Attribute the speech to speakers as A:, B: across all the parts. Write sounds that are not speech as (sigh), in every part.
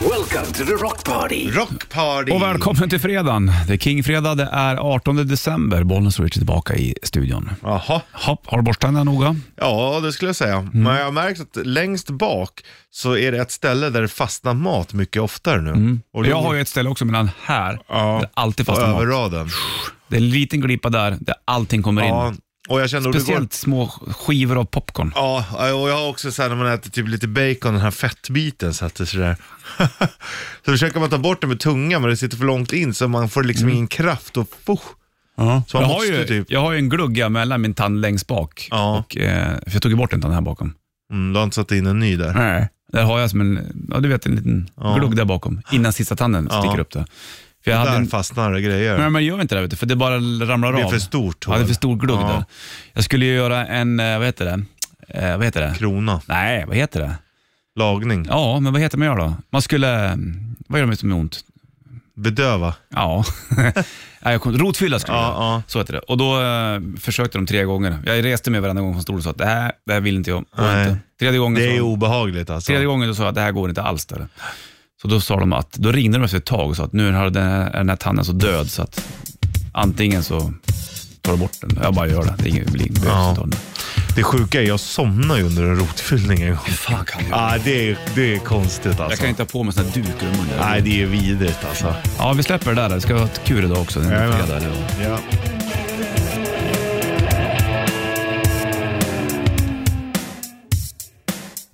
A: Welcome to the rock party.
B: Rockparty.
C: Och välkommen till fredagen. Det är Kingfredag, det är 18 december. Bollen står tillbaka i studion.
B: Jaha.
C: Hopp, har du borstat tänderna noga?
B: Ja, det skulle jag säga.
C: Mm.
B: Men jag har märkt att längst bak så är det ett ställe där det fastnar mat mycket oftare nu. Och då-
C: Mm. Jag har ju ett ställe också, men den här,
B: Ja.
C: det är alltid fast
B: över
C: mat.
B: raden.
C: Det är en liten glipa där, där allting kommer
B: Ja,
C: in.
B: och jag känner
C: Speciellt små skivor av popcorn.
B: Ja, och jag har också så här när man äter typ lite bacon, den här fettbiten sätter sig där. (laughs) så försöker man ta bort den med tungan men det sitter för långt in så man får
C: Mm.
B: liksom ingen kraft och fuh. Så man
C: Jag har,
B: måste
C: ju,
B: typ.
C: jag har ju en glugga mellan min tand längst bak.
B: Ja.
C: Och, eh, för jag tog ju bort en tand här bakom.
B: Mm, du har inte satt in en ny där.
C: Nej. Där har jag som en, ja, du vet, en liten glugg där bakom, innan sista tanden sticker upp. Där. För jag hade
B: Där
C: en,
B: fastnar det grejer.
C: Nej, men gör inte det, vet du, för det bara ramlar av.
B: Det är för stort
C: Ja, det är
B: hål.
C: för stor glugg
B: Ja.
C: där. Jag skulle ju göra en, eh, vad heter det? Eh, vad heter det?
B: Krona,
C: Nej, vad heter det?
B: lagning,
C: Ja, men vad heter man gör då? Man skulle, eh, vad gör de som är ont?
B: bedöva.
C: Ja, (laughs) Nej, jag kom, rotfylla skulle jag
B: Ja,
C: göra.
B: ja.
C: Så heter det. Och då eh, försökte de tre gånger. Jag reste mig varenda gång från stolen och sa att det här, det här vill inte jag. Går
B: Nej.
C: Inte. Tredje gången
B: Det är ju
C: så,
B: obehagligt alltså.
C: tredje gången då sa jag att det här går inte alls. Där. Så då sa de att, då ringde de efter ett tag och sa att nu har den här, är den här tanden så död så att antingen så tar du bort den. Jag bara gör det. Det är ingen, det blir ingen
B: Ja.
C: ja. den.
B: Det sjuka är jag somnar ju under en rotfyllning en gång.
C: Fan kan jag?
B: (laughs) Ah, det, är, det är konstigt alltså.
C: Jag kan inte ha på mig sån här duk över munnen.
B: Nej, det är vidrigt alltså.
C: Ja, vi släpper det där. Det ska vara ett kul idag också. Det är
B: Jajamän.
C: fredag, eller vad?
B: Ja.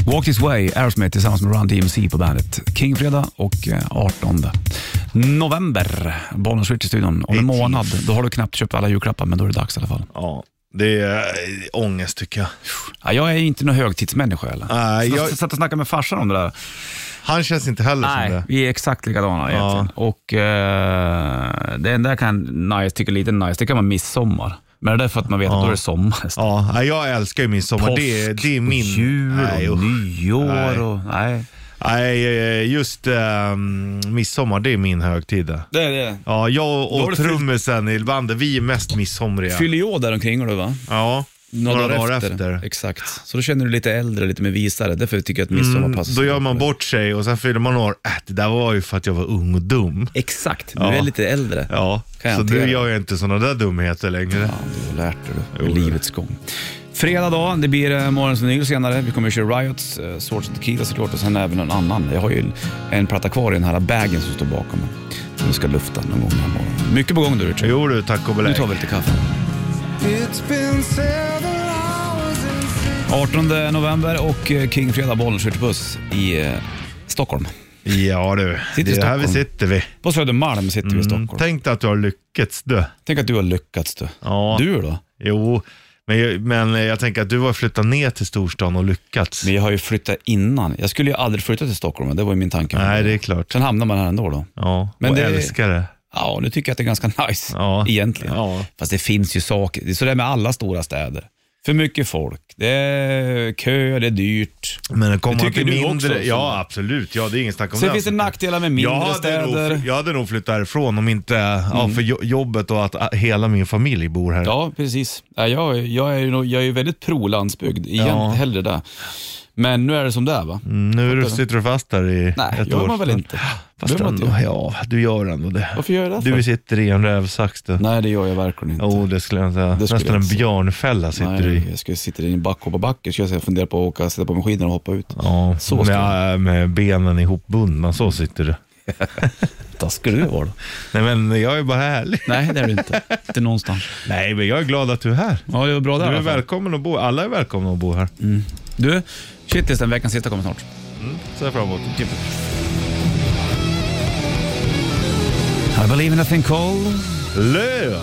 C: Walk This Way, Aerosmith tillsammans med Run DMC på bandet. Kingfredag och eh, 18 november. Bollen switch i studion. Om en
B: Eighteen.
C: månad, då har du knappt köpt alla julklappar, men då är det dags i alla fall.
B: ja, det är eh, ångest tycker jag.
C: Ja, jag är ju inte någon högtidsmänniska eller.
B: Nej,
C: jag...
B: jag-
C: satt och snackade med farsan om det där.
B: Han känns inte heller som det.
C: vi är exakt likadana egentligen. Och eh, det enda jag kan nice, tycker är lite nice, det kan vara midsommar. Men det är för att man vet att då är det sommar istället.
B: Ja, nej, jag älskar ju midsommar. Det, är- det är min...
C: och jul
B: nej,
C: och
B: usch.
C: nyår.
B: Nej.
C: Och, nej.
B: nej, eh, just eh, midsommar, det är min högtid. det.
C: Det är det.
B: Ja, jag
C: Då har
B: och
C: du fyllt-
B: trummisen i bandet, vi är mest midsomriga.
C: Fyller jag där omkring du va?
B: Ja, några, dagar efter.
C: Exakt. Så då känner du dig lite äldre, lite mer visare. Därför tycker jag att midsommar passar. så
B: Mm, Då gör
C: bra.
B: man bort sig och sen fyller man år. Äh, det där var ju för att jag var ung och dum.
C: Exakt, du
B: Ja.
C: är lite äldre.
B: Ja,
C: Kan jag
B: så
C: hantera.
B: nu gör jag inte sådana där dumheter längre.
C: Fan, du har lärt dig du.
B: Jo,
C: Med
B: det.
C: livets gång. Fredag dag, det blir eh, Morgonens vinyl senare. Vi kommer att köra Riots, eh, Swords and Tequila såklart och sen även en annan. Jag har ju en platta kvar i den här bagen som står bakom mig. Som vi ska lufta någon gång den här morgonen. Mycket på gång du Richard.
B: Jo du, tack och
C: Nu
B: belägg.
C: tar vi lite kaffe. 18 november och eh, King Fredag Bollnäs skjuter buss i eh, Stockholm.
B: Ja du,
C: Sitter i
B: det är här vi
C: Stockholm.
B: sitter vi.
C: På Södermalm sitter vi
B: Mm,
C: i Stockholm.
B: tänk dig att du har lyckats du.
C: Tänk att du har lyckats du.
B: Ja.
C: Du då?
B: Jo, men jag, men jag tänker att du har flyttat ner till storstan och lyckats.
C: Men jag har ju flyttat innan. Jag skulle ju aldrig flytta till Stockholm, men det var ju min tanke.
B: Nej, det är klart.
C: Sen hamnar man här ändå då.
B: Ja,
C: Men
B: och
C: det-
B: älskar det.
C: Ja, nu tycker jag att det är ganska (laughs) nice
B: Ja.
C: egentligen.
B: Ja.
C: Fast det finns ju saker. Det är sådär med alla stora städer. För mycket folk, det är kö, det är dyrt.
B: Men kommer
C: Det
B: man
C: tycker
B: till
C: du
B: mindre...
C: också, så-
B: ja, absolut. Ja, det är inget snack om
C: Sen
B: det.
C: finns det nackdelar med mindre
B: jag hade
C: städer. Mm.
B: Nog, jag hade nog flyttat härifrån om inte ja, för jo- jobbet och att ah, hela min familj bor här.
C: Ja, precis. Ja, Jag, jag, är, ju nog- jag är ju väldigt pro-landsbygd, ja.
B: Ja.
C: hellre där. Men nu är det som det är va?
B: Mm, Nu sitter du fast där i
C: Nej,
B: ett
C: gör
B: år.
C: man väl inte.
B: (gasps) Fast
C: Gör man
B: ändå,
C: inte?
B: ja, du gör ändå det.
C: Varför gör jag det för?
B: Du sitter i en rävsax du.
C: Nej, det gör jag verkligen inte.
B: Jo, det skulle jag inte säga.
C: Det skulle
B: Nästan
C: jag
B: en
C: inte säga.
B: björnfälla sitter du
C: Nej,
B: i.
C: jag ska sitta i en backhopparbacken. Ska jag säga, fundera på att åka, sätta på mig skidorna och hoppa ut.
B: Ja,
C: Så ska
B: med, äh, med benen ihopbundna, så sitter du.
C: Där skulle du vara då.
B: Nej men jag är bara
C: (laughs)
B: härlig.
C: Nej, det är
B: (laughs)
C: du inte. Inte någonstans.
B: Nej men jag är glad att du är här.
C: Ja, det var
B: Du
C: bra
B: är
C: där i alla fall. Mm.
B: välkommen att bo Alla är välkomna att bo här.
C: Du, shitlist den veckans sista kommer snart.
B: Så Typ jag fram emot.
C: I believe in a thing called
B: Löv!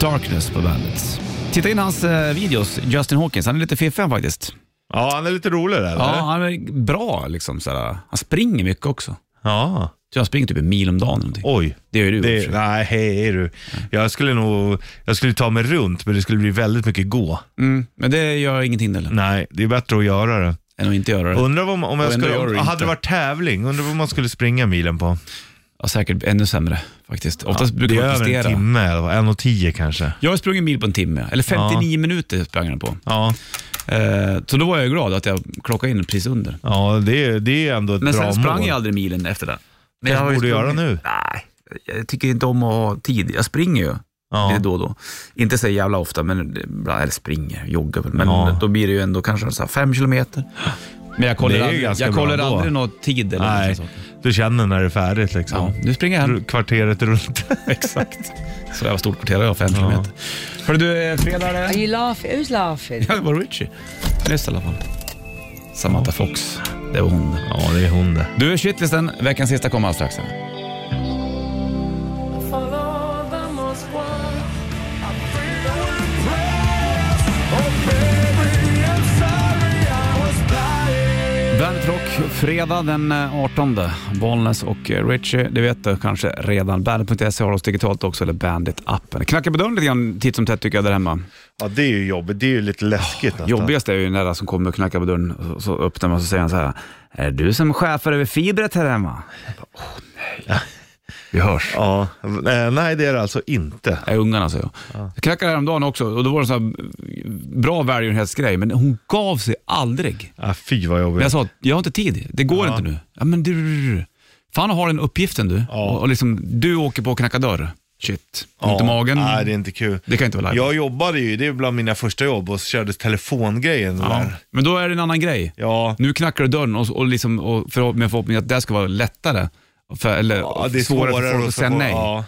C: Darkness på bandet. Titta in hans eh, videos, Justin Hawkins. Han är lite fiffig han faktiskt.
B: Ja, han är lite rolig där eller?
C: Ja, han är bra liksom. Sådär. Han springer mycket också.
B: Ja.
C: Så han springer typ en mil om dagen. eller någonting.
B: Oj.
C: Det gör du i och för sig.
B: nej, hej är du. Jag skulle nog, jag skulle ta mig runt men det skulle bli väldigt mycket gå.
C: Mm, men det gör ingenting heller,
B: Nej, det är bättre att göra det.
C: än att inte göra det.
B: Undrar om, om
C: Och
B: jag
C: ändå
B: skulle,
C: gör du
B: om,
C: inte.
B: hade det varit tävling, undrar vad man skulle springa milen på.
C: Ja, säkert ännu sämre faktiskt. Oftast
B: Det är
C: brukar man
B: över en
C: prestera.
B: timme, eller vad? en och tio kanske.
C: Jag har sprungit en mil på en timme, eller 59 minuter sprang han på.
B: Ja,
C: Eh, så då var jag glad att jag klockade in precis under.
B: Ja, det är, det är ändå ett
C: Men
B: bra
C: sen sprang
B: mål.
C: jag aldrig milen efter det. Men
B: Kanske
C: har ju
B: borde göra
C: sprungit-
B: nu.
C: Nej, jag tycker inte om att ha tid. Jag springer ju.
B: Ja.
C: lite då och då. Inte så jävla ofta, men ibland, eller springer, joggar väl. Men
B: Ja.
C: då blir det ju ändå kanske så här fem kilometer. Men jag
B: Det
C: kollar
B: är ju
C: aldrig,
B: ganska
C: jag
B: bra
C: kollar
B: ändå.
C: aldrig någon tid eller
B: Nej,
C: något sånt.
B: du känner när det är färdigt liksom.
C: Ja, nu springer
B: (laughs)
C: jag hem.
B: Kvarteret
C: (laughs)
B: runt.
C: Exakt. Så jag var stort kvarter jag, fem kilometer. Hörru du, eh, fredag är
D: Are
C: det.
D: you laughing? Who's laughing?
C: (laughs) Ja, det var Richie. Nyss i alla fall. Samantha Fox. Det var hon.
B: Ja, det är hon det.
C: Du, shitlisten. Veckans sista kommer alldeles strax. här. Bandet Rock, fredag den eh, 18. Bollnäs och eh, Richie, det vet du kanske redan. Bandet.se har oss digitalt också, eller Bandit-appen. Knackar på dörren lite grann titt som tätt tycker jag där hemma.
B: Ja, det är ju jobbigt. Det är ju lite läskigt nästan.
C: Jobbigast är ju när den som kommer och knackar på dörren och så öppnar man och så säger han så här. Är det du som chefar över fibret här hemma? Jag bara, Åh nej. Vi hörs.
B: Ja, eh, nej det är det alltså inte.
C: Nej, ungarna sa jag. Jag knackade häromdagen också och då var det en sån här mm, bra välgörenhetsgrej, men hon gav sig aldrig.
B: Ah, fy vad jobbigt.
C: Men jag sa, jag har inte tid, det går
B: Ja.
C: inte nu. Ja, men du, du, du. Fan har den uppgiften du.
B: Ja.
C: Och, och liksom, du åker på att knacka dörr. Shit, ont
B: Ja,
C: i magen.
B: Nej, det är inte kul.
C: Det kan inte vara live.
B: Jag jobbade ju, det är bland mina första jobb, och så kördes telefongrejen.
C: Ja.
B: där.
C: Men då är det en annan grej.
B: ja.
C: Nu knackar du dörren och, och, liksom, och för, med förhoppningen att det här ska vara lättare. För, eller
B: ja, det är
C: svårare för folk
B: och
C: att
B: så
C: säga
B: får-
C: nej.
B: Ja.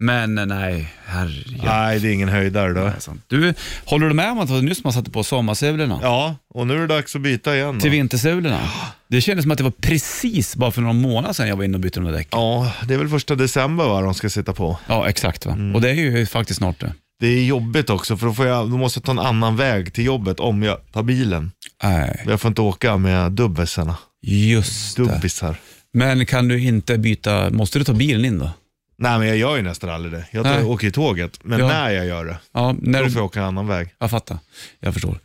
C: Men eh, nej, herregud.
B: Nej, det är ingen höjdare då.
C: Du, håller du med om att det var nyss man satte på sommarsulorna?
B: Ja, och nu är det dags att byta igen.
C: Till
B: Då.
C: vintersulorna? Det kändes som att det var precis bara för några månader sedan jag var inne och bytte de där däcken.
B: Ja, det är väl första december va, de ska sitta på.
C: Ja, exakt. Va?
B: Mm.
C: Och det är ju faktiskt snart det.
B: Det är jobbigt också, för då, får jag, då måste jag ta en annan väg till jobbet om jag tar bilen.
C: Nej,
B: Jag får inte åka med dubbisarna.
C: just det.
B: Dubbisar.
C: Men kan du inte byta, måste du ta bilen in då?
B: Nej, men jag gör ju nästan aldrig det. Jag tar,
C: Nej.
B: åker ju tåget, men
C: Ja.
B: när jag gör det,
C: Ja, när
B: då
C: du,
B: får jag Mm. åka en annan väg.
C: jag fattar. Jag förstår.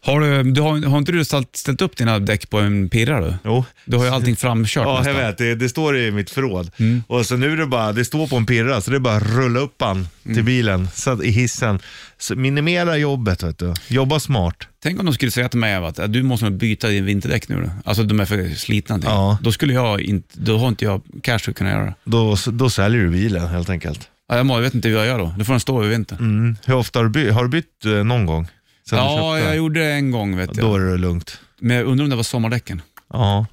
C: Har, du, du har, har inte du ställt, ställt upp dina däck på en pirra du?
B: Jo.
C: Du har ju allting framkört
B: Ja, jag
C: nästan. Mm.
B: vet. Det, det står i mitt förråd. Och så nu är det bara, det står på en pirra, så det är bara att rulla upp han till
C: Mm.
B: bilen, så att, i hissen. Så minimera jobbet, vet du. Jobba smart.
C: Tänk om de skulle säga till mig Eva, att du måste byta din vinterdäck nu. Då. Alltså de är för slitna.
B: Ja.
C: Ja. Då skulle jag inte, då har inte jag cash för att kunna göra det.
B: Då, då säljer du bilen helt enkelt.
C: Ja, jag må- jag vet inte hur jag gör då. Då får den stå över vintern.
B: Mm. Hur ofta har du bytt? Har du bytt eh, någon gång? Sen du
C: Ja,
B: köpte?
C: jag gjorde det en gång vet jag.
B: Då är det lugnt.
C: Men jag undrar om det var sommardäcken.
B: Ja,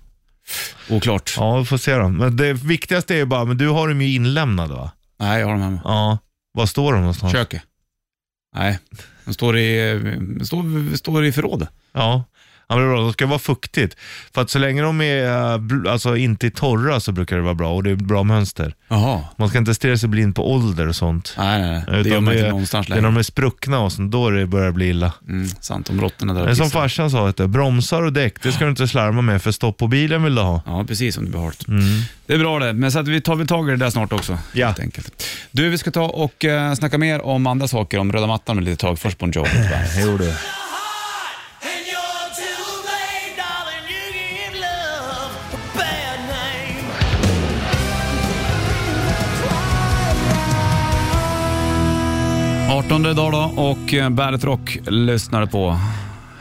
C: Oklart.
B: ja vi får se då. Men det viktigaste är ju bara, men du har dem ju inlämnade va?
C: Nej, jag har dem hemma.
B: Ja. Var står de någonstans?
C: Köket? Nej, de står i, de står, de står i förrådet.
B: Ja. Ja, men det är bra. De ska vara fuktigt. För att så länge de är, eh, bl- alltså inte är torra så brukar det vara bra och det är bra mönster.
C: Jaha.
B: Man ska inte stirra sig blind på ålder och sånt. Eh,
C: Nej, nej, nej. Det
B: Utan
C: gör man inte
B: är-
C: någonstans
B: Det är
C: längre.
B: när de är spruckna och sånt, då det börjar bli illa.
C: Mm, sant, om råttorna där och
B: Men som
C: pissar.
B: farsan sa, vet du, bromsar och däck, det ska du inte slarva med för stopp på bilen vill du ha.
C: Ja, precis som du behållit. Det är bra det, men så att vi tar väl tag i det där snart också.
B: Mm. Ja.
C: Helt enkelt. Du, vi ska ta och uh, snacka mer om andra saker, om röda mattan med lite tag. Först Bon Jovi.
B: (laughs) Det gjorde du.
E: And you're too late, darling. You give love a bad name.
C: Artonde dag då och uh, Bandet Rock lyssnar på.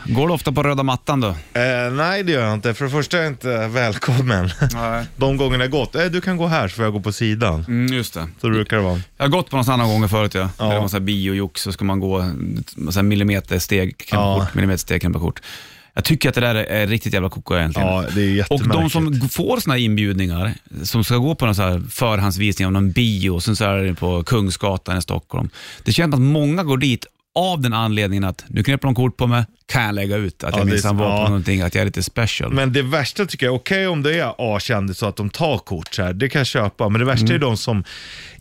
C: Går du ofta på röda mattan då?
B: Eh, nej, det gör jag inte. För det första är jag inte välkommen. (laughs) De gångerna jag gått, eh, du kan gå här så får jag gå på sidan.
C: Mm, just det.
B: Så brukar det vara.
C: Jag har gått på någon sån annan gånger förut ja.
B: Ja.
C: Där Det var så här biojox så ska man gå så här millimeter steg,
B: Ja.
C: knäppa kort, millimeter steg, knäppa kort. Jag tycker att det där är riktigt jävla koko egentligen.
B: Ja, det är
C: Och
B: jättemärkligt.
C: de som g- får såna här inbjudningar, som ska gå på någon så här förhandsvisning av någon bio, och sen så är det på Kungsgatan i Stockholm. Det känns att många går dit av den anledningen att nu knäpper de kort på mig, kan jag lägga ut att
B: Ja,
C: jag
B: det är
C: minsann
B: så-
C: var på
B: ja.
C: någonting, att jag är lite special.
B: Men det värsta tycker jag, okej om det är A-kändis så att de tar kort så här, det kan jag köpa. Men det värsta
C: Mm.
B: är de som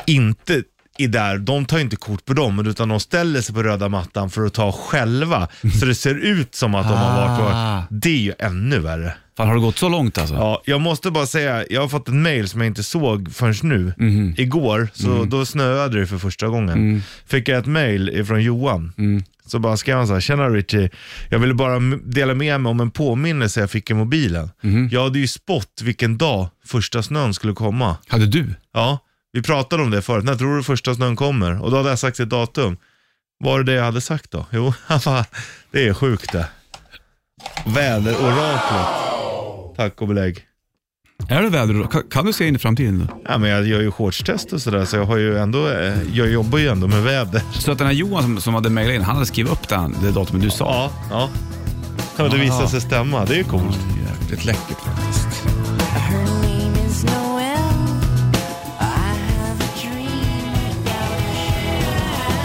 B: inte är där, de tar inte kort på dem, utan de ställer sig på röda mattan för att ta själva. Så det ser ut som att de har varit
C: Ah.
B: på... Det är ju ännu värre.
C: Fan, har det gått så långt alltså?
B: Ja, jag måste bara säga, jag har fått ett mail som jag inte såg förrän nu. Igår, så då snöade det för första gången. Fick jag ett mail från Johan. Så bara skrev han så här, tjena Richie, jag ville bara m- dela med mig om en påminnelse jag fick i mobilen. Jag hade ju spått vilken dag första snön skulle komma.
C: Hade du?
B: Ja, vi pratade om det förut, när tror du första snön kommer? (laughs) Och då hade jag sagt ett datum. Var det det jag hade sagt då? Jo, han bara, det är sjukt det. Väderoraklet. Tack och belägg.
C: Är det väder? Kan, kan du se in i framtiden? Då?
B: Ja, men jag gör ju shortstest och sådär, så jag, har ju ändå, eh, jag jobbar ju ändå med väder.
C: Så att den här Johan som, som hade mejlat in, han hade skrivit upp den, det datumet du sa?
B: Ja, ja. ja det visar sig stämma. Det är ju coolt.
C: Jäkligt läckert faktiskt.
D: Her name is Noel. I have a dream about a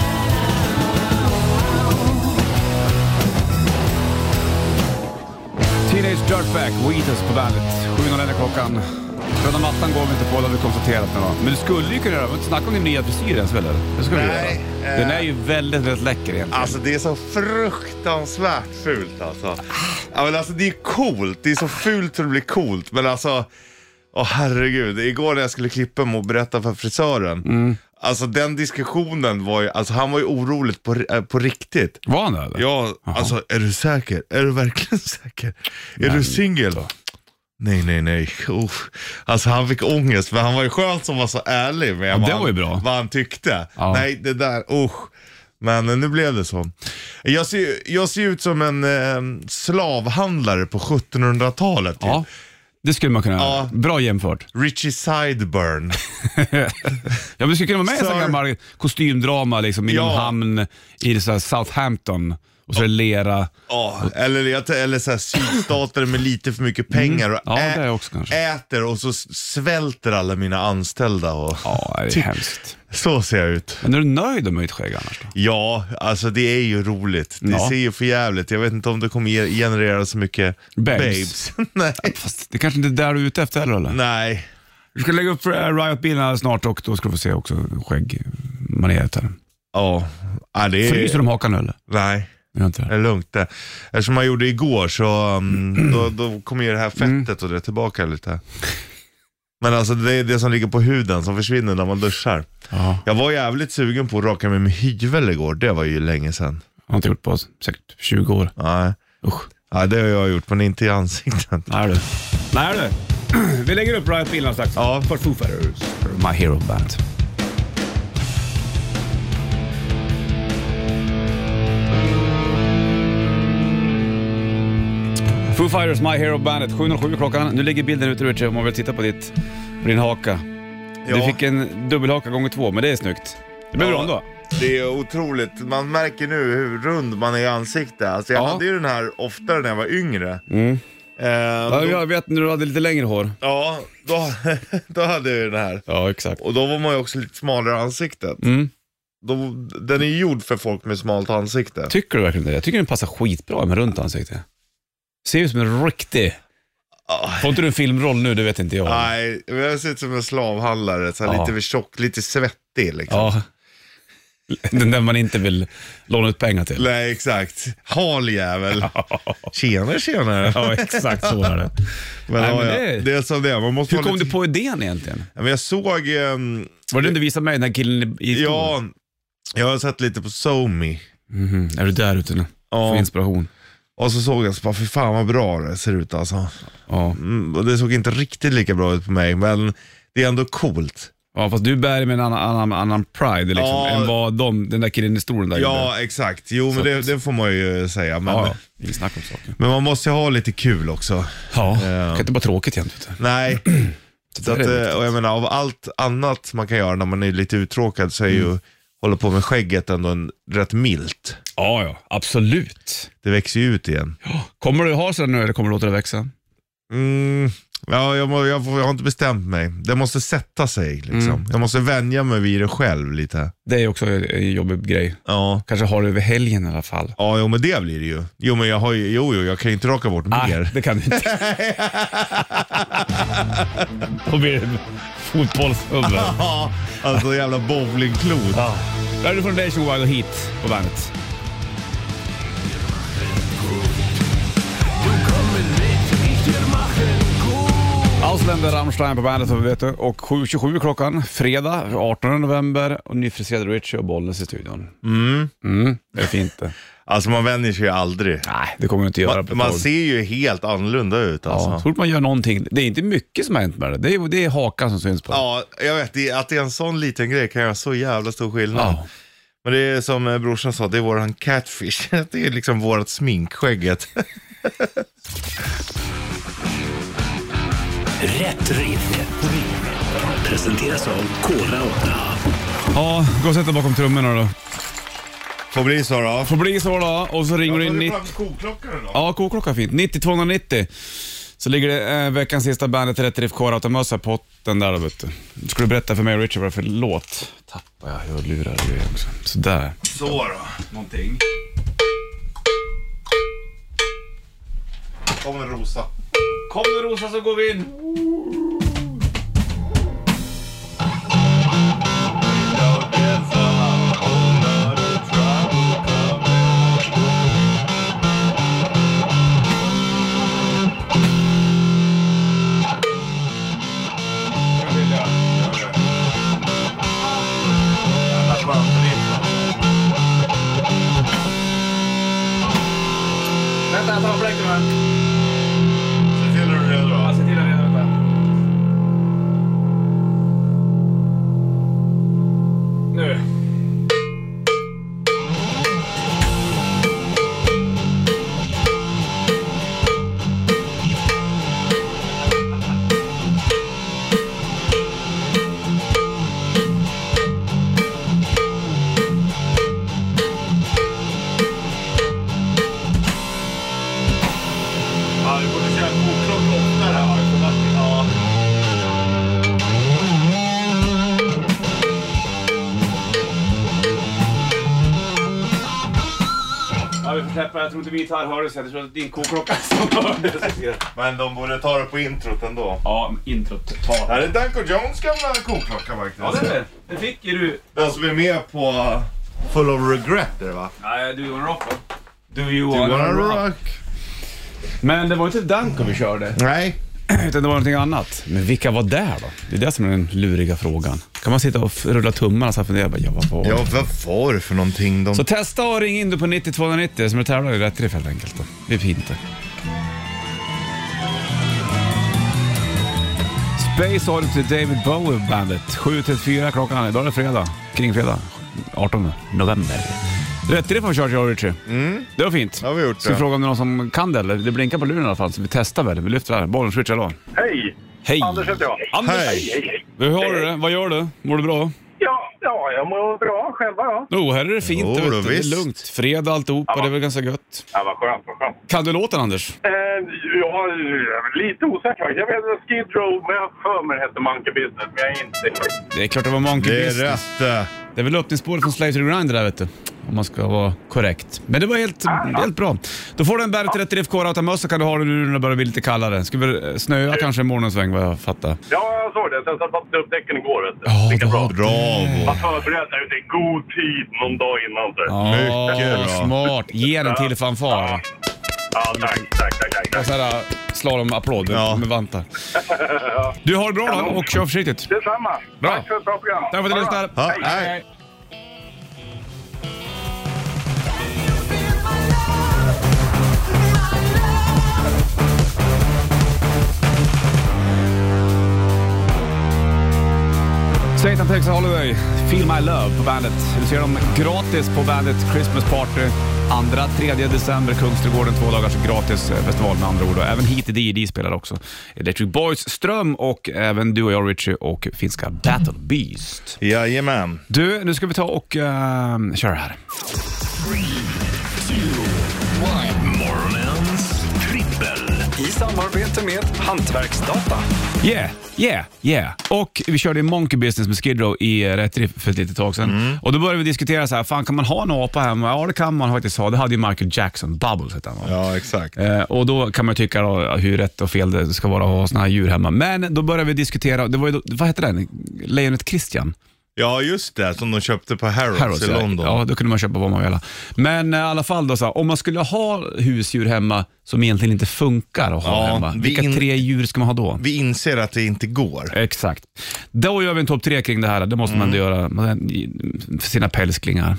C: Teenage Dirtbag, Weedus på bandet. 7.01 är klockan. Röda mattan går vi inte på, det har vi konstaterat nu. då. Men du skulle ju kunna göra, vi har inte snackat om din nya frisyr ens eller? Det skulle
B: Nej, eh,
C: du göra. Den är ju väldigt, väldigt läcker egentligen.
B: Alltså det är så fruktansvärt fult alltså. Ja, men alltså det är coolt. Det är så fult så det blir coolt. Men alltså, åh herregud. Igår när jag skulle klippa mig och berätta för frisören. Alltså den diskussionen var ju, alltså han var ju orolig på, eh, på riktigt.
C: Var han det eller?
B: Ja,
C: Jaha.
B: alltså är du säker? Är du verkligen (laughs) säker? Är du singel? Nej, nej, nej. Oh. Alltså han fick ångest, men han var ju skön som var så ärlig med
C: det
B: vad,
C: var ju bra.
B: Han, vad han tyckte.
C: Ja.
B: Nej, det där, usch. Men eh, nu blev det så. Jag ser, jag ser ut som en eh, slavhandlare på 1700-talet. Typ.
C: Ja, det skulle man kunna göra.
B: Ja.
C: Bra jämfört.
B: Richie
C: (laughs)
B: Sideburn.
C: Ja, men du skulle kunna vara med i en sån
B: Sir-
C: gammal kostymdrama liksom, i
B: Ja.
C: någon hamn i så här Southampton och så är det lera.
B: Ja, eller, jag- eller så här, sydstater med lite för mycket pengar och
C: Mm. Ja,
B: ä-
C: det är också kanske.
B: äter och så s- svälter alla mina anställda. Och
C: Ja, det är hemskt.
B: Så ser jag ut.
C: Typ. Men är du nöjd med ditt skägg annars då?
B: Ja, alltså det är ju roligt. Det
C: Ja.
B: ser ju för jävligt. Jag vet inte om det kommer ge- generera så mycket
C: Babes.
B: babes. (laughs) Nej.
C: Fast det kanske inte är där du är ute efter heller eller?
B: Nej.
C: Vi ska lägga upp eh, Riot-bilen här snart och då ska du få se också skäggmaneret här.
B: Ja. ja, det är...
C: Fryser de hakan nu eller?
B: Nej,
C: Gör inte
B: det
C: det?
B: är lugnt det. Eftersom man gjorde igår så
C: (clears throat)
B: um, då, då kommer ju det här
C: Mm.
B: fettet och det tillbaka lite. Men alltså det är det som ligger på huden som försvinner när man duschar.
C: Ja.
B: Jag var jävligt sugen på att raka mig med hyvel igår. Det var ju länge sedan.
C: Jag har inte gjort på säkert 20 år.
B: Nej,
C: Usch.
B: ja, det har jag gjort men inte i ansiktet.
C: Nej du. Nej du. (clears throat) Vi lägger upp Riot-bilen strax.
B: Ja.
C: För Foo Fighters. My Hero Band. Foo Fighters, My Hero Bandet, 7.07 klockan. Nu ligger bilden ute Richard om man vill titta på, ditt, på din haka. Du
B: Ja.
C: fick en dubbelhaka gånger två, men det är snyggt. Det blev
B: Ja.
C: bra ändå.
B: Det är otroligt. Man märker nu hur rund man är i ansiktet. Alltså jag
C: Ja. Mm.
B: hade ju den här oftare när jag var yngre. Eh,
C: Ja,
B: då,
C: jag vet när du hade lite längre hår.
B: ja då, (laughs) då hade jag ju den här.
C: Ja, exakt.
B: Och då var man ju också lite smalare i ansiktet.
C: Mm.
B: Då, den är ju gjord för folk med smalt ansikte.
C: Tycker du verkligen det? Jag tycker den passar skitbra med runt ansikte. Ser ut som en riktig...
B: Ah.
C: Får inte du en filmroll nu, det vet inte jag.
B: Nej, men jag ser ut som en slavhandlare. Så här
C: Ja.
B: Lite för tjock, lite svettig liksom.
C: Ja. Den där man inte vill låna ut pengar till.
B: Nej, exakt. Hal jävel. Tjenare, tjenare.
C: Ja, exakt så är det.
B: Men,
C: Nej,
B: ja,
C: men
B: ja,
C: det-
B: det... är som det är. Man måste
C: Hur
B: vara
C: kom
B: lite...
C: du på idén egentligen?
B: Ja, Men jag såg... ehm,
C: Var det den du visade mig, den här killen i i
B: Ja, jag har sett lite på SoMe.
C: Mhm. Är du där ute nu?
B: Ja.
C: För inspiration.
B: Och så såg jag så bara, för fan vad bra det ser ut alltså.
C: Ja.
B: Mm, och det såg inte riktigt lika bra ut på mig, men det är ändå coolt.
C: ja, fast du bär med en annan, annan, annan pride liksom,
B: Ja.
C: än vad de, den där killen i stolen där gjorde.
B: Ja, exakt. Jo, men det, det får man ju eh, säga. Men,
C: Ja, ja. Inget snack om saken.
B: men man måste ju ha lite kul också.
C: Ja, det kan inte vara tråkigt jämt. vet
B: (clears throat)
C: du.
B: Nej, så att,
C: Det är
B: eh, och jag menar av allt annat man kan göra när man är lite uttråkad så är ju hålla på med skägget ändå en, rätt milt.
C: Ja, ja, absolut.
B: Det växer ju ut igen.
C: Kommer du ha sådär nu eller kommer du låta det växa?
B: Mm, ja, jag, må, jag, får- jag har inte bestämt mig. Det måste sätta sig. Liksom. Jag måste vänja mig vid det själv lite.
C: Det är också en jobbig grej.
B: Ja.
C: Kanske har det över helgen i alla fall.
B: Ja, jo men det blir det ju. Jo, men jag har ju, jo, jo, jag kan ju inte raka bort mer.
C: det kan du inte. Då blir det fotbollshuvud.
B: (laughs) Ja, alltså jävla bowlingklot.
C: Där är du från Nation Wild och Heat på bandet. Ausländer, Rammstein på bandet har vi vet du. Och 7.27 klockan, fredag 18 november och nyfriserad Richie och Bollnäs i studion. Mm. Det är fint det.
B: Alltså man vänjer sig ju aldrig.
C: Nej, det kommer du inte göra
B: Man,
C: på ett
B: man
C: tag.
B: ser ju helt annorlunda ut alltså.
C: Ja, så fort man gör någonting. Det är inte mycket som har hänt med det. Det är, det är hakan som syns på det.
B: Ja, jag vet. det- Att det är en sån liten grej kan göra så jävla stor skillnad.
C: Ja.
B: (laughs) Men det är som eh, brorsan sa, det är våran catfish. Det är liksom vårat sminkskägget.
A: Rätt riff. Presenteras av Kora 8.
C: Ja, gå och sätt dig bakom trummorna då.
B: Får bli så då.
C: Får bli så då och så ringer du in... nitt-
B: koklockan då?
C: Ja, koklocka är fint. 9290. Så ligger det eh, veckans sista bandet Rätt Riff Kvar Automössa på den där då vet du. Ska du berätta för mig och Richard vad det är för låt? Tappar jag hörlurar och grejer också. Sådär.
B: Så då.
C: Någonting.
B: Kom en rosa.
C: Kom nu Rosa så går vi in.
B: Vänta, jag tar fläkten här. Se till hur du är redo. Ja, vi borde köra koklocka oftare. Ja, det får vatten. Ja.
C: Ja, vi får släppa. Jag tror inte min gitarr hördes. Jag tror att din koklocka (laughs) som hördes.
B: Men de borde ta det på introt ändå.
C: Ja, introt.
B: Det här är Danko Jones gamla koklocka faktiskt.
C: Ja, det är det. Det fick ju du.
B: Den som är med på Full of Regret är det va?
C: Nej, du var rock va? Do you
B: Do you
C: wanna
B: wanna
C: rock?
B: rock?
C: Men det var inte Danko vi körde.
B: Nej.
C: Utan det var någonting annat. Men vilka var där då? Det är det som är den luriga frågan. Kan man sitta och f- rulla tummarna så här och fundera? bara, Ja, vad var det?
B: Ja, vad var det för någonting de...
C: Så testa och ring in du på 9290 som du tävlar i rätt riff helt enkelt. Då. Det är fint det. Space Oddity David Bowie bandet. 7-4 klockan. Idag är det fredag. Kring fredag. 18 november. Rätt riff har vi kört jag och Richie. Det var fint.
B: Ja, vi har gjort
C: Ska
B: Mm.
C: vi
B: det.
C: fråga om det är någon som kan det eller? Det blinkar på luren i alla fall så vi testar väl. Vi lyfter här. Bollen switchar då.
F: Hej!
C: Hej!
F: Anders heter jag.
C: Anders!
B: Hej.
F: Hej, hej.
C: Hur har du det? Vad gör du? Mår du bra?
F: Ja, ja, jag mår bra själva ja.
C: Jo, här är det fint.
B: Jo,
C: vet
B: då,
C: du. det är
B: visst.
C: lugnt. Fredag alltihopa, det är väl ganska gött.
F: Ja, vad skönt, vad skönt.
C: Kan du låten Anders?
F: Eh, jag är lite osäker faktiskt. Jag vet att Skid Row, men jag har för mig det hette Monkey Business, men jag är inte.
C: Det är klart det var Monkey
B: Det är rätt.
C: Business.
B: eh,
C: Det är väl öppningsspåret från Slave to the Grind det där vet du. Om man ska vara korrekt. Men det var helt, helt bra. Då får du en Bandet 30 FK Rautamössa så kan du ha den nu när det börjar bli lite kallare. Ska vi eh, snöa kanske en morgonsväng vad jag fattar.
F: Ja, jag såg det. Sen satte jag bara upp däcken igår vet du.
C: Ja,
F: Vilka
C: du
F: bra.
C: har-
B: Bravo.
F: Jag förberedde mig ute i god tid någon dag innan. Så. Ja.
C: Ja,
B: Mycket bra.
C: smart. Ge den till fanfar.
F: tack, tack, tack, tack.
C: Och
F: tack.
C: så här eh, slalomapplåd
B: Ja.
C: med vantar. Du har det bra då och kör försiktigt.
F: Detsamma.
C: Bra.
F: Tack för ett bra program.
C: Tack för att du
F: Ha det bra.
C: lyssnar.
B: Ja,
F: Hej.
B: nej.
C: Satan Texas Holiday, Feel My Love på bandet. Du ser dem gratis på bandet Christmas Party 2-3 december, Kungsträdgården. Två dagars gratis eh, festival med andra ord. Och Även Heat D&D spelar också. Electric Boys Ström och även du och jag Richie och finska Battle Beast.
B: Jajamän.
C: Du, nu ska vi ta och uh, köra här.
A: Morgonens trippel.
G: I samarbete med Hantverksdata.
C: Yeah, yeah, yeah. Och vi körde Monkey Business med Skid Row i eh, Rätt Riff för ett litet tag sedan. Och då började vi diskutera så här, fan kan man ha en apa hemma? Ja, det kan man faktiskt ha. Det hade ju Michael Jackson, Bubbles hette han va?
B: Ja, exakt.
C: Eh, och då kan man ju tycka då, hur rätt och fel det ska vara att ha såna här djur hemma. Men då började vi diskutera, det var ju då, vad hette den? Lejonet Christian?
B: Ja, just det. Som de köpte på
C: Harrods,
B: Harrods i
C: ja.
B: London.
C: Ja, då kunde man köpa vad man ville. Men eh, i alla fall då, så här, om man skulle ha husdjur hemma som egentligen inte funkar att ha
B: Ja,
C: hemma,
B: vi
C: vilka
B: in-
C: tre djur ska man ha då?
B: Vi inser att det inte går.
C: Exakt. Då gör vi en topp tre kring det här. Det måste
B: Mm.
C: man ändå göra man- för sina pälsklingar.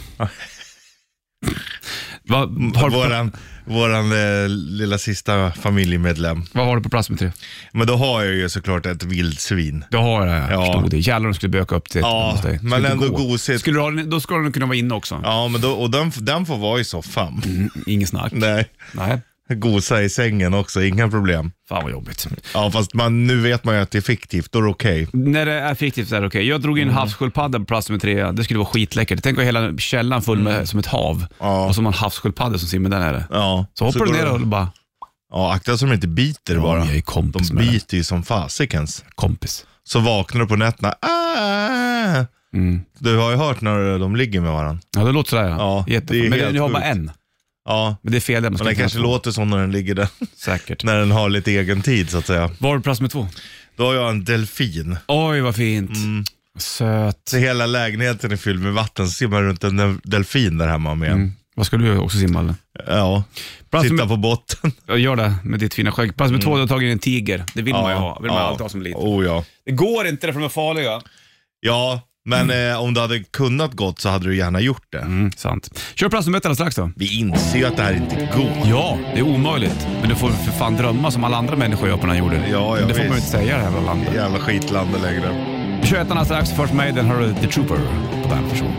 C: vad, har, du på-
B: Våran, våran eh, lilla sista familjemedlem.
C: vad har du på plats med tre?
B: Men då har jag ju såklart ett vildsvin.
C: Det har jag, jag
B: Ja.
C: förstod det. Jävlar de skulle böka upp till
B: Ja,
C: hos dig. Skulle
B: men
C: inte
B: ändå
C: gå.
B: gosigt.
C: Skulle du ha, den- då skulle den kunna vara inne också. Mm.
B: Ja, men då, och den, den får vara i soffan.
C: Ingen snack.
B: (laughs) Nej.
C: Nej.
B: gosa i sängen också, inga problem.
C: Fan vad jobbigt.
B: Ja, fast man, nu vet man ju att det är fiktivt, då är det okej.
C: När det är fiktivt så är det okej. Jag
B: Mm.
C: drog in havssköldpadda på plats nummer tre. Det skulle vara skitläckert. Tänk att hela källan full med, som ett hav.
B: Mm. Ja.
C: Och så har man havssköldpadda som simmar där nere.
B: Ja.
C: Så hoppar du
B: går
C: ner
B: de-
C: och bara,
B: Ja, akta så de inte biter bara.
C: jag är kompis
B: de
C: med
B: biter ju som fasikens.
C: kompis.
B: Så vaknar du på nätterna. Ah!
C: Mm.
B: Du har ju hört när de ligger med varandra.
C: Ja, det låter sådär ja.
B: Ja,
C: ja
B: det är
C: Men
B: helt
C: jag har bara
B: sjukt.
C: en.
B: Ja,
C: Men det är fel där. Man ska
B: men det
C: inte
B: kanske
C: ha två.
B: låter som när den ligger där. (laughs)
C: Säkert.
B: När den har lite egen tid så att säga.
C: Var du plats nummer två?
B: Då har jag en delfin.
C: Oj, vad fint.
B: Mm.
C: Söt.
B: Så hela lägenheten är fylld med vatten, så simmar runt en delfin där hemma med.
C: Mm. Vad ska du också simma eller?
B: Ja,
C: Plats
B: sitta
C: nummer-
B: på
C: (laughs)
B: botten.
C: Jag gör det med ditt fina skägg. Plats nummer två, du har tagit in en tiger. Det vill man ju ha. vill man alltid ha som liten.
B: Oh, ja.
C: Det går inte, därför de är farliga.
B: ja, men eh, om du hade kunnat gått så hade du gärna gjort det.
C: Mm, sant. Kör plats nummer ett alldeles strax då.
B: Vi inser ju att det här inte går.
C: Ja, det är omöjligt. Men du får för fan drömma som alla andra människor gör på den här jorden.
B: Ja, ja,
C: det får man ju
B: visst.
C: inte säga i det här jävla landet.
B: Jävla skitland längre.
C: 21 alldeles strax, först Maiden, har du The Trooper på Bandet Show.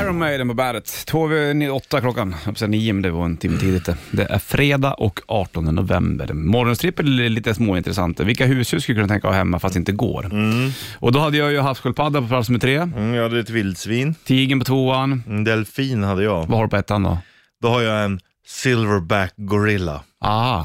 C: Iron Maiden på bandet. Två över åtta klockan. Jag höll på att säga nio, men det var en timme tidigt. det. Det är fredag och 18 november. Morgonstrippel är lite småintressant. Vilka husdjur skulle jag kunna tänka ha hemma fast det inte går? Och då hade jag ju havssköldpadda på plats nummer tre.
B: Mm, jag hade ett vildsvin.
C: Tigern på tvåan.
B: En delfin hade jag.
C: Vad har du på ettan då?
B: Då har jag en silverback gorilla.
C: Ah,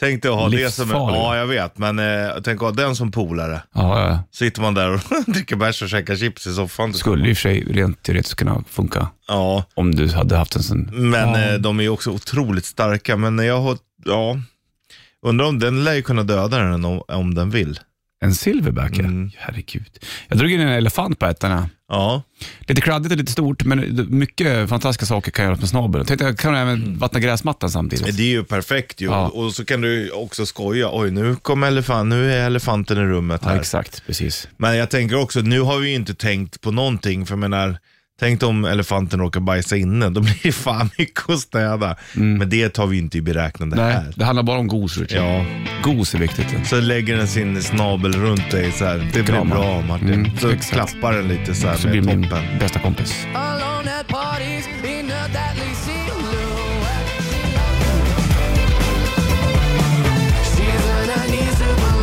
B: Tänk dig att ha det som en...
C: Livsfarlig.
B: Ja, jag vet. Men eh, tänk att ha den som polare.
C: ja, ja.
B: Sitter man där och (laughs) dricker bärs och käkar chips i soffan.
C: Skulle i och för sig rent teoretiskt kunna funka
B: Ja,
C: om du hade haft en sån.
B: men eh, de är ju också otroligt starka. Men jag har... Ja. Undrar om den lär ju kunna döda den om, om den vill.
C: En silverback, ja.
B: Mm.
C: Herregud. Jag drog in en elefant på ettan. ja.
B: Ja,
C: Lite kladdigt och lite stort, men mycket fantastiska saker kan göras med snabeln. Tänkte jag kan även vattna gräsmattan samtidigt.
B: Mm. det är ju perfekt ju.
C: Ja.
B: Och så kan du ju också skoja. Oj, nu kom elefant, nu är elefanten i rummet
C: Ja,
B: här.
C: exakt, precis.
B: Men jag tänker också, nu har vi ju inte tänkt på någonting, för jag menar, tänk om elefanten råkar bajsa inne, då blir det fan (laughs) mycket att städa. Men det tar vi inte i beräknande
C: Mm. Nej,
B: här.
C: det handlar bara om gos, Richard.
B: Ja,
C: Gos är viktigt. ja.
B: så lägger den sin snabel runt dig så här. Det blir
C: Kramar.
B: bra Martin.
C: Mm,
B: så
C: exakt.
B: klappar den lite så här
C: Så blir
B: med
C: min
B: toppen.
C: bästa kompis.
D: Alone at parties in a deadly silhouette. She's an unreasonable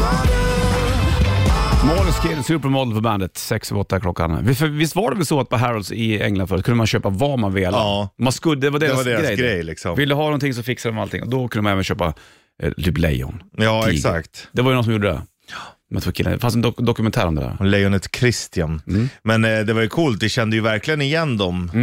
D: model.
C: Måneskin, supermodel för bandet. sex över åtta är klockan. Vi- för Visst var det väl så att på Harrods i England förut kunde man köpa vad man ville?
B: Ja.
C: Man skulle, det var deras,
B: var deras
C: grej.
B: grej, liksom.
C: Vill du ha någonting så fixade de allting. Och då kunde man även köpa eh, typ lejon.
B: Ja,
C: tiger.
B: exakt.
C: Det var ju någon som gjorde det. De här två killarna. Det fanns en dok- dokumentär om det där.
B: Och Lejonet Christian.
C: Mm.
B: Men eh, det var ju coolt, det kände ju verkligen igen dem. Eh,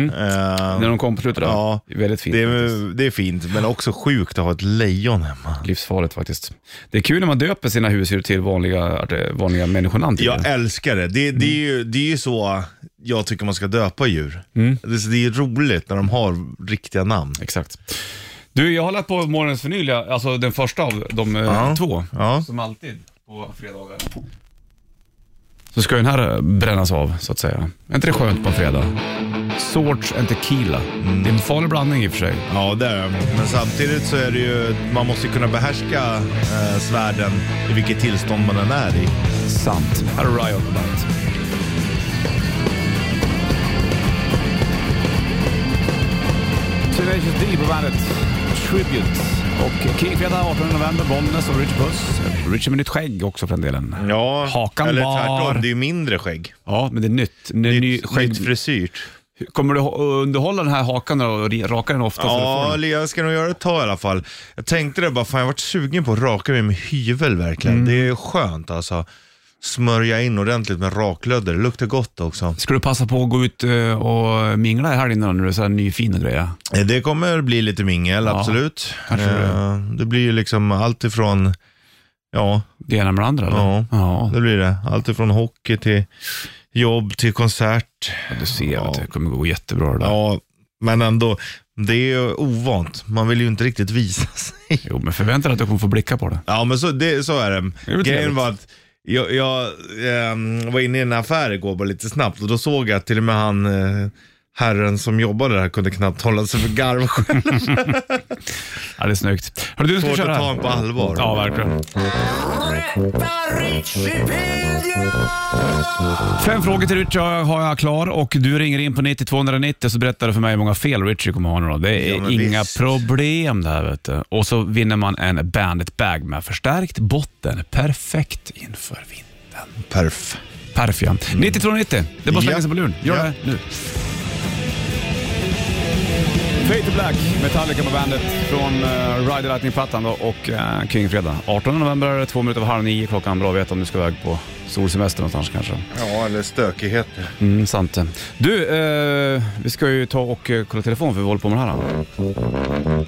C: När de kom på slutet. där.
B: Ja.
C: Väldigt fint.
B: det,
C: faktiskt.
B: är, det är fint, men också sjukt att ha ett lejon hemma.
C: Livsfarligt faktiskt. Det är kul när man döper sina husdjur till vanliga, vanliga människonamn. tycker jag.
B: Jag älskar det. Det, det,
C: Mm.
B: är ju, det är ju så jag tycker man ska döpa djur. Det, det är roligt när de har riktiga namn.
C: Exakt. Du, jag har lagt på morgonens vinyl, ja. alltså den första av de eh,
B: Ja.
C: två.
B: Ja.
C: Som alltid på fredagar. Så ska den här eh, brännas av, så att säga. Är inte det skönt på en fredag? Sorts and tequila. Det är en farlig blandning i och för sig.
B: Ja, det är det. Men samtidigt så är det ju, man måste ju kunna behärska eh, svärden i vilket tillstånd man än är i.
C: Sant. Här är Riot på bandet. Tenacious D på bandet. Tribute. Och Kingfredag 18 november, Bollnäs och Rich Puss. Rich med nytt skägg också för den delen.
B: Ja,
C: Hakan
B: eller
C: bar.
B: tvärtom, det är ju mindre skägg.
C: Ja, men det är nytt. Ny, ny,
B: Nytt,
C: skägg.
B: nytt frisyrt.
C: Kommer du ho- underhålla den här hakan då och ri- raka den ofta? så du får
B: Ja,
C: den?
B: eller jag ska nog göra ett tag i alla fall. Jag tänkte det bara, fan jag varit sugen på att raka mig med hyvel verkligen.
C: Mm.
B: Det är skönt alltså. Smörja in ordentligt med raklödder, det luktar gott också.
C: Ska du passa på att gå ut eh, och mingla här inne då, när du är så här nyfin och grejer?
B: Eh, Det kommer bli lite mingel,
C: Ja,
B: absolut.
C: kanske det.
B: Eh, det blir ju liksom allt ifrån, ja,
C: Det ena med det andra? eller?
B: Ja.
C: ja.
B: det blir det. Allt ifrån hockey till jobb till koncert.
C: Du ser,
B: Ja.
C: vet du, det kommer gå jättebra det där.
B: Ja, men ändå, det är ju ovant. Man vill ju inte riktigt visa (laughs) sig.
C: Jo, men förvänta dig att du kommer få blicka på det.
B: Ja, men så, det, så är det.
C: är väl
B: Grejen
C: trevligt.
B: var att jag, jag ehm, var inne i en affär igår bara lite snabbt och då såg jag att till och med han eh, herren som jobbade där kunde knappt hålla sig för
C: (laughs)
B: garv själv.
C: Ja, det är snyggt. Hörru, du ska
B: Svårt
C: köra
B: att
C: här.
B: ta honom på allvar.
C: Ja, verkligen. Fem frågor till Richie har jag- har jag klar och du ringer in på 90 så berättar du för mig hur många fel Richie kommer ha nu då. Det är
B: Ja, men
C: inga
B: visst.
C: problem det här vet du. Och så vinner man en Bandit Bag med förstärkt botten. Perfekt inför vintern.
B: Perf.
C: Perf Mm. ja. 9290. Det är bara att slänga
B: Ja.
C: sig på luren. Gör
B: Ja.
C: det nu. Fate to Black, Metallica på bandet från uh, Ride the Lightning-plattan då och uh, Kingfredag. 18 november, två minuter över halv nio klockan. Bra att veta om du ska iväg på solsemester någonstans kanske.
B: Ja, eller stökigheter.
C: Mm, sant. Du, eh, vi ska ju ta och eh, kolla telefon för vi håller på med det här. då.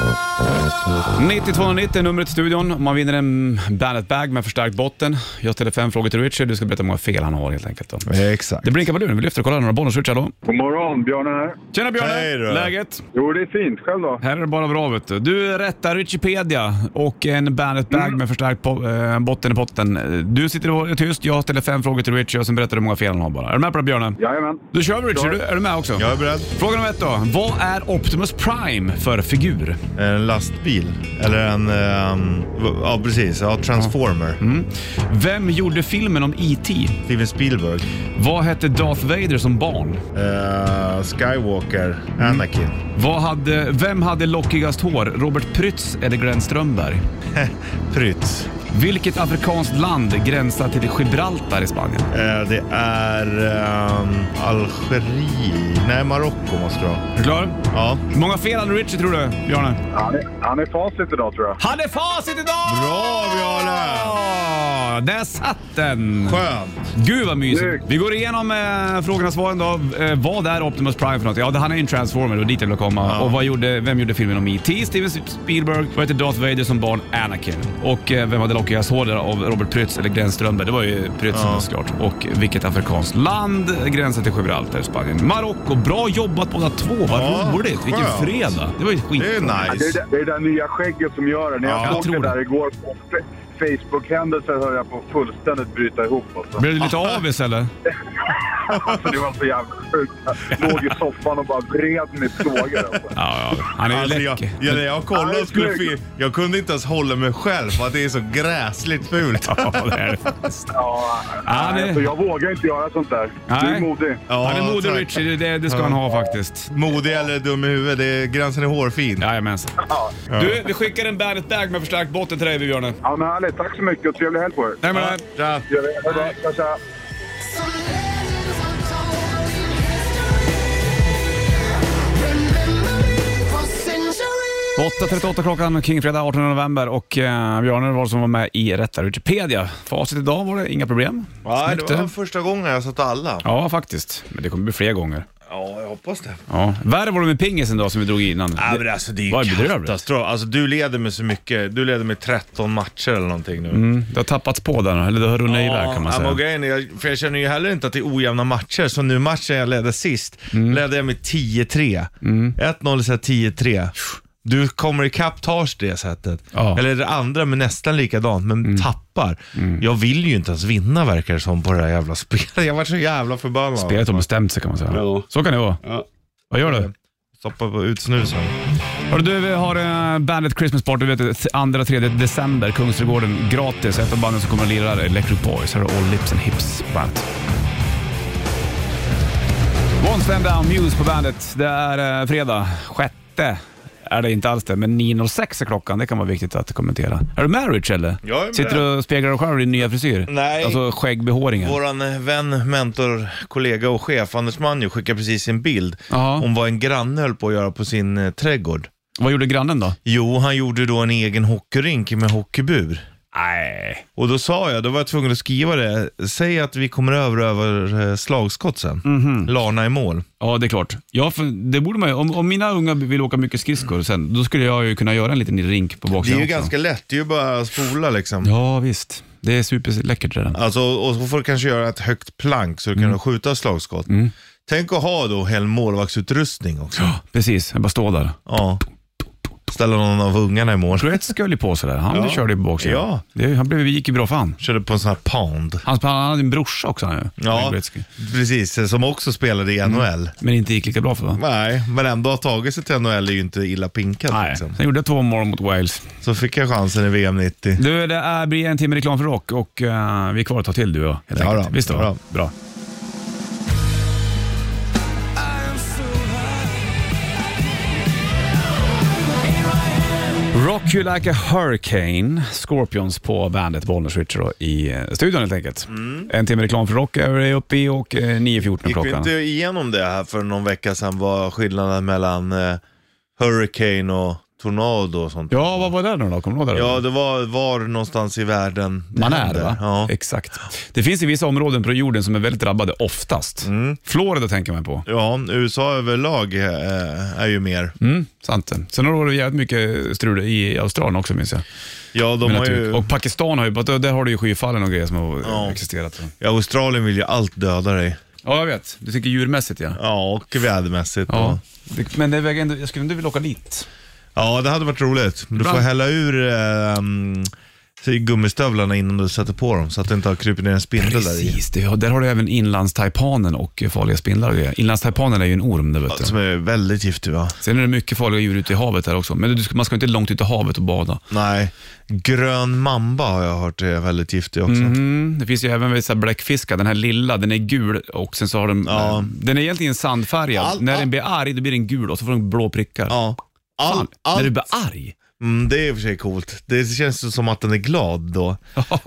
C: Mm. 9290 är numret till studion. Man vinner en Bandet Bag med förstärkt botten. Jag ställer fem frågor till Richard. Du ska berätta hur många fel han har helt enkelt. Då.
B: Exakt.
C: Det blinkar på luren. Vi lyfter och kollar några bonus Richard. Då.
F: God morgon, Björn här.
C: Tjena Björne!
B: Hej då.
C: Läget?
F: Jo, det är fint. Själv då?
C: Här är det bara bra vet du. Du rättar Richipedia och en Bandet Bag med förstärkt po- eh, botten i potten. Du sitter och är tyst, jag ställer fem frågor till Richie och sen berättar du hur måga fel han har bara. Är du med på det Björne?
F: Jajamän.
C: Då kör vi Richie, Du- är du med också?
B: Jag är beredd.
C: Fråga nummer ett då. Vad är Optimus Prime för figur?
B: En lastbil. Eller en... ehm, v- ja, precis. Ja, Transformer.
F: Mm.
C: Vem gjorde filmen om E.T.?
B: Steven Spielberg.
C: Vad hette Darth Vader som barn?
B: Eh, Skywalker.
F: Mm.
B: Anakin.
C: Vad hade, vem hade lockigast hår? Robert Prytz eller Glenn Strömberg?
B: Prytz.
C: Vilket afrikanskt land gränsar till Gibraltar i Spanien?
B: Eh, det är ehm, Algeriet. Nej, Marocko måste det vara.
C: Är du klar?
B: Ja.
C: Hur många fel hade Richie tror du, Bjarne?
F: Han är, han är facit idag, tror jag.
C: Han är facit idag!
B: Bra, Bjarne!
C: Ja, Där satt den!
B: Skönt.
C: Gud vad mysigt.
F: Snyggt.
C: Vi går igenom eh, frågorna och svaren då. Eh, vad är Optimus Prime för något? Ja, det- han är ju en transformer och dit jag vill komma.
B: Ja.
C: Och vad gjorde, vem gjorde filmen om E.T.? Steven Spielberg. Vad hette Darth Vader som barn? Anakin. Och eh, vem hade lockigast hår där av Robert Prytz eller Glenn Strömberg? Det var ju Prytz
B: Ja.
C: såklart. Och vilket afrikanskt land gränsar till Gibraltar i Spanien? Marocko. Bra jobbat båda två. Vad
B: Ja,
C: roligt. Vilken
B: skönt.
C: fredag. Det var ju skit.
B: Det är
F: Det är
B: nice.
F: det, det är det där nya skägget som gör det. När
C: Ja, jag
F: jag såg
C: tror
F: det där
C: det.
F: igår på F- Facebook-händelser höll jag på att fullständigt bryta ihop. Alltså.
C: Blev du lite avis eller?
F: (laughs) Alltså, det var så jävla sjukt. Jag låg i soffan och bara vred mig i plågor. Alltså.
C: Ja, ja. Han är ju
B: Alltså
C: läcker.
B: jag, jag, när jag kollade
F: Nej,
B: och skulle
F: snyggt.
B: fi- Jag kunde inte ens hålla mig själv för att det är så gräsligt fult.
C: (laughs) Ja, det är det faktiskt.
F: Ja,
C: Ja, det-
F: alltså, jag vågar inte göra sånt där. Du
C: Nej.
F: är modig.
B: Ja,
C: han är modig
B: tack.
C: Richie, det- det, det ska han ha faktiskt.
B: Modig eller dum i huvudet, det är, gränsen är hårfin.
C: Jajamensan. Du, vi skickar en Bandet Bag med förstärkt botten till dig Björne.
F: Ja, men härligt. Tack så mycket och trevlig helg på er.
C: Nej, men, nej.
B: Ja.
F: Gör det. Ha det. Tja, tja.
D: Centuries.
C: 8.38 klockan, Kingfredag 18 november och eh, Björne var det som var med i rätta Wikipedia. Facit idag var det inga problem.
B: Ja,
C: Snyggt, eh.
B: det var
C: det.
B: första gången jag satt alla.
C: Ja, faktiskt. Men det kommer bli fler gånger.
B: Ja, jag hoppas det.
C: Ja. Värre var det med pingisen då som vi drog innan.
B: Ja, men alltså, det
C: Vad
B: är
C: är
B: ju
C: bedrövligt?
B: katastrof. Alltså, du leder med så mycket. Du leder med 13 matcher eller någonting nu.
C: Mm, det har tappats på där, eller det har runnit iväg kan man
B: ja, men
C: säga.
B: grejen är, jag- för jag känner ju heller inte att det är ojämna matcher. Som nu matchen jag ledde sist,
C: Mm.
B: ledde jag med 10-3. 1-0 så här 10-3. Du kommer ikapp, tar det sättet.
C: Ja. Mm.
B: Eller det andra med nästan likadant, men tappar. Jag vill ju inte ens vinna verkar det som på det här jävla (laughs) spelet. Jag var så jävla förbannad.
C: Spelet har bestämt sig kan man säga.
H: Ja.
C: Så kan det vara.
H: Ja.
C: Vad gör du?
B: Stoppa på utsnusen.
C: Hörru du, vi har eh, bandet Christmas Party, du vet 2-3 december, Kungsträdgården, gratis. Ett av banden som kommer att lira där, Electric Boys. Här har All Lips and Hips på bandet. One Stand Down Muse på bandet. Det är eh, fredag, sjätte är det inte alls det, men 9.06 är klockan. Det kan vara viktigt att kommentera. Är du med Rich eller?
B: Jag är med.
C: Sitter du och speglar dig själv i din nya frisyr?
B: Nej.
C: Alltså skäggbehåringen?
B: Våran eh, vän, mentor, kollega och chef Anders Manjo skickade precis en bild
C: Jaha.
B: om vad en granne höll på att göra på sin eh, trädgård.
C: Vad gjorde grannen då?
B: Jo, han gjorde då en egen hockeyrink med hockeybur.
C: Nej.
B: Och då sa jag, då var jag tvungen att skriva det, säg att vi kommer över över eh, slagskott sen.
C: Mhm.
B: Larna i mål.
C: Ja, det är klart. Ja, för det borde man ju. Om, om mina unga vill åka mycket skridskor sen, då skulle jag ju kunna göra en liten rink på
B: Mm. Det är
C: baksidan
B: ju
C: också.
B: ganska lätt, det är ju bara att spola liksom.
C: Ja, visst. Det är superläckert det där.
B: Alltså, och så får du kanske göra ett högt plank så du kan
C: Mm.
B: skjuta slagskott. Tänk att ha då hel målvaktsutrustning också.
C: Precis, jag bara står där.
B: Ja. ställa någon av ungarna i mål.
C: Gretzky höll ju på sådär. Han
B: Ja.
C: körde ju på baksidan.
B: Ja.
C: Det, han blev, gick ju bra för han.
B: Körde på en sån här pond.
C: Hans- Han hade en brorsa också han ju.
B: Ja,
C: Gretzky. Mm.
B: precis. Som också spelade i NHL.
C: Men inte gick lika bra för honom.
B: Nej, men ändå ha tagit sig till NHL är ju inte illa pinkat.
C: Nej,
B: Liksom.
C: sen gjorde jag två mål mot Wales.
B: Så fick jag chansen i VM 90.
C: Du, det är, blir en timme reklam för rock och eh, vi är kvar att ta till du och jag, helt
B: Ja
C: enkelt.
B: då,
C: Visst då?
B: bra.
C: Bra. Rock You Like A Hurricane, Scorpions på bandet Bollnäs Richard då, i eh, studion helt enkelt. En timme reklam för rock är vi uppe i och eh, 9.14
B: Mm. Gick vi
C: klockan.
B: inte igenom det här för någon vecka sedan, vad skillnaden mellan eh, Hurricane och Tornado och sånt?
C: Ja, vad var det nu då? Kommer du ihåg det? då?
B: Ja, det var var någonstans i världen det
C: Man är
B: händer.
C: va?
B: Ja.
C: Exakt. Det finns ju vissa områden på jorden som är väldigt drabbade oftast.
B: Mm.
C: Florida tänker man på.
B: ja, USA överlag eh, är ju mer.
C: Mm, sant det. Sen har det varit jävligt mycket strul i Australien också minns jag.
B: Ja, de
C: Med
B: har
C: natur.
B: ju,
C: Och Pakistan har ju, där har du ju skyfallen och grejer som har
B: Ja.
C: existerat.
B: ja, Australien vill ju allt döda dig.
C: Ja, jag vet. Du tänker djurmässigt ja.
B: Ja, och vädermässigt.
C: ja.
B: Ja.
C: Det- Men det väger ändå, jag skulle ändå vilja åka dit.
B: ja, det hade varit roligt. Du får
C: Ibland-
B: hälla ur eh, mm, gummistövlarna innan du sätter på dem så att det inte har krupit ner en spindel där i.
C: Precis, det, ja, där har du även inlandstaipanen och farliga spindlar och grejer. Inlandstaipanen är ju en orm det vet du.
B: Som är väldigt giftig va?
C: Sen är det mycket farliga djur ute i havet där också. Men du, ska- man ska inte långt ut i havet och bada.
B: Nej. Grön mamba har jag hört är väldigt giftig också.
C: Mm, det finns ju även vissa bläckfiskar, den här lilla, den är gul och sen så har den,
B: Ja.
C: eh, den är egentligen sandfärgad.
B: Allt-
C: När
B: allt-
C: den blir arg då blir den gul och så får den blå prickar.
B: Ja.
C: Fan,
B: All,
C: När du
B: allt,
C: blir arg?
B: mm, det är i och för sig coolt. Det känns ju som att den är glad
C: (laughs)
B: då.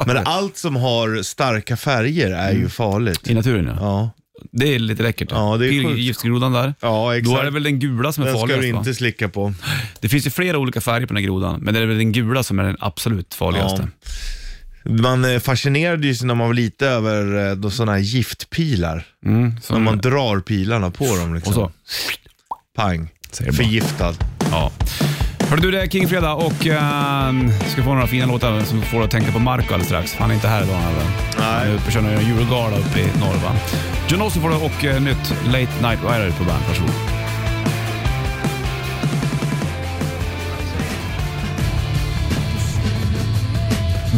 B: Men allt som har starka färger är ju farligt.
C: I naturen Mm. ja.
B: Ja,
C: Det är lite läckert.
B: Ja, det är
C: Pil-
B: sjukt.
C: Giftgrodan där.
B: ja exakt.
C: Då är det väl den gula som är
B: den ska
C: farligast
B: du
C: va?
B: inte slicka på.
C: Det finns ju flera olika färger på den här grodan, men det är väl den gula som är den absolut farligaste.
B: Man eh, fascinerade ju sig när man var lite över eh, då sådana här giftpilar.
C: Mm, som,
B: När man drar pilarna på dem liksom.
C: och så.
B: Pang.
C: Säger det bara.
B: Förgiftad.
C: Ja. Hörru du, det är Kingfredag och uh, ska få några fina låtar som får dig att tänka på Marco alldeles strax. Han är inte här idag heller. Han är uppe och kör några julgala uppe i norr va. John Ossoff får du och eh, nytt Late Night Rider på bandet. Varsågod.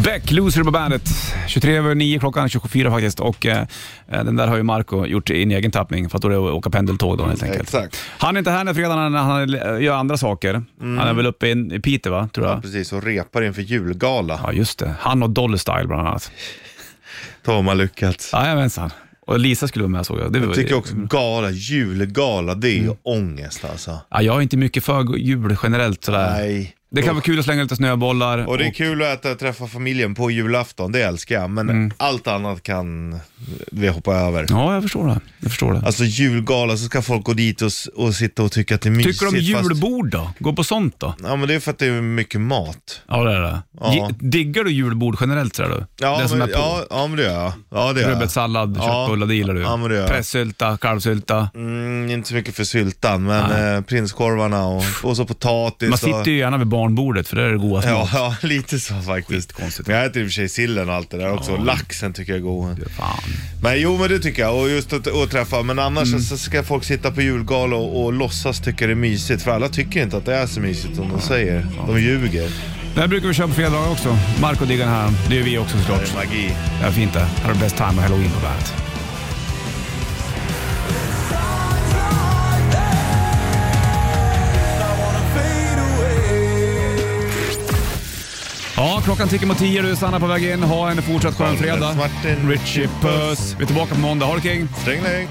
C: Beck, Loser på bandet. 23 över 9 klockan, 24 faktiskt. Och eh, den där har ju Marco gjort i en egen tappning, för att då är det att åka pendeltåg då helt enkelt.
B: Exakt.
C: Han är inte här den här fredagen, han, han eh, gör andra saker. Han är väl uppe i i Piteå va, tror jag?
B: Mm. Precis, och repar inför julgala.
C: Ja, just det. Han och Dolly Style bland annat.
B: Tom har lyckats.
C: Jajamensan. Och Lisa skulle vara med såg jag. Det Mm. var,
B: Jag tycker också gala, julgala, det är ju ångest alltså.
C: Ja, jag är inte mycket för jul generellt sådär.
B: Nej.
C: Det kan vara kul att slänga lite snöbollar.
B: Och det är kul att äta och träffa familjen på julafton, det älskar jag. Men
C: Mm.
B: allt annat kan vi hoppa över.
C: Ja, jag förstår det. Jag förstår det.
B: Alltså julgala så ska folk gå dit och, s- och sitta och tycka att det är mysigt.
C: Tycker du om
B: fast-
C: julbord då? Gå på sånt då?
B: Ja men det är för att det är mycket mat.
C: Ja, det är det.
B: Ja.
C: Ge- Diggar du julbord generellt sådär du?
B: Ja,
C: det som
B: men,
C: är på.
B: ja, ja men det gör jag. Ja, det gör jag.
C: Rödbetssallad,
B: Ja.
C: köttbullar, det gillar du.
B: Ja, men det gör jag.
C: Pressylta, kalvsylta.
B: Mm, inte så mycket för syltan men eh, prinskorvarna och, och så potatis.
C: Man sitter
B: och...
C: ju gärna vid barnbordet för det är det godaste.
B: Ja, (laughs) ja, lite så faktiskt.
C: Skitkonstigt.
B: Men jag äter i och för sig sillen och allt det där också. Laxen tycker jag är god.
C: Fan.
B: Men jo men det tycker jag, och just att, att träffa. Men annars
C: Mm.
B: så ska folk sitta på julgala och, och låtsas tycka det är mysigt. För alla tycker inte att det är så mysigt som de säger. De ljuger.
C: Det här brukar vi köra på fredagar också. Marco diggar den här. Det gör vi också
B: Det
C: såklart.
B: är magi.
C: Det är fint det. Här har du Best Time och Halloween på bandet. Ja, klockan tickar mot tio. Du är Sanna på väg in. Ha en fortsatt skön fredag.
B: Martin
C: Richie Puss. Vi är tillbaka på måndag. Ha det king!
B: Sträng dig.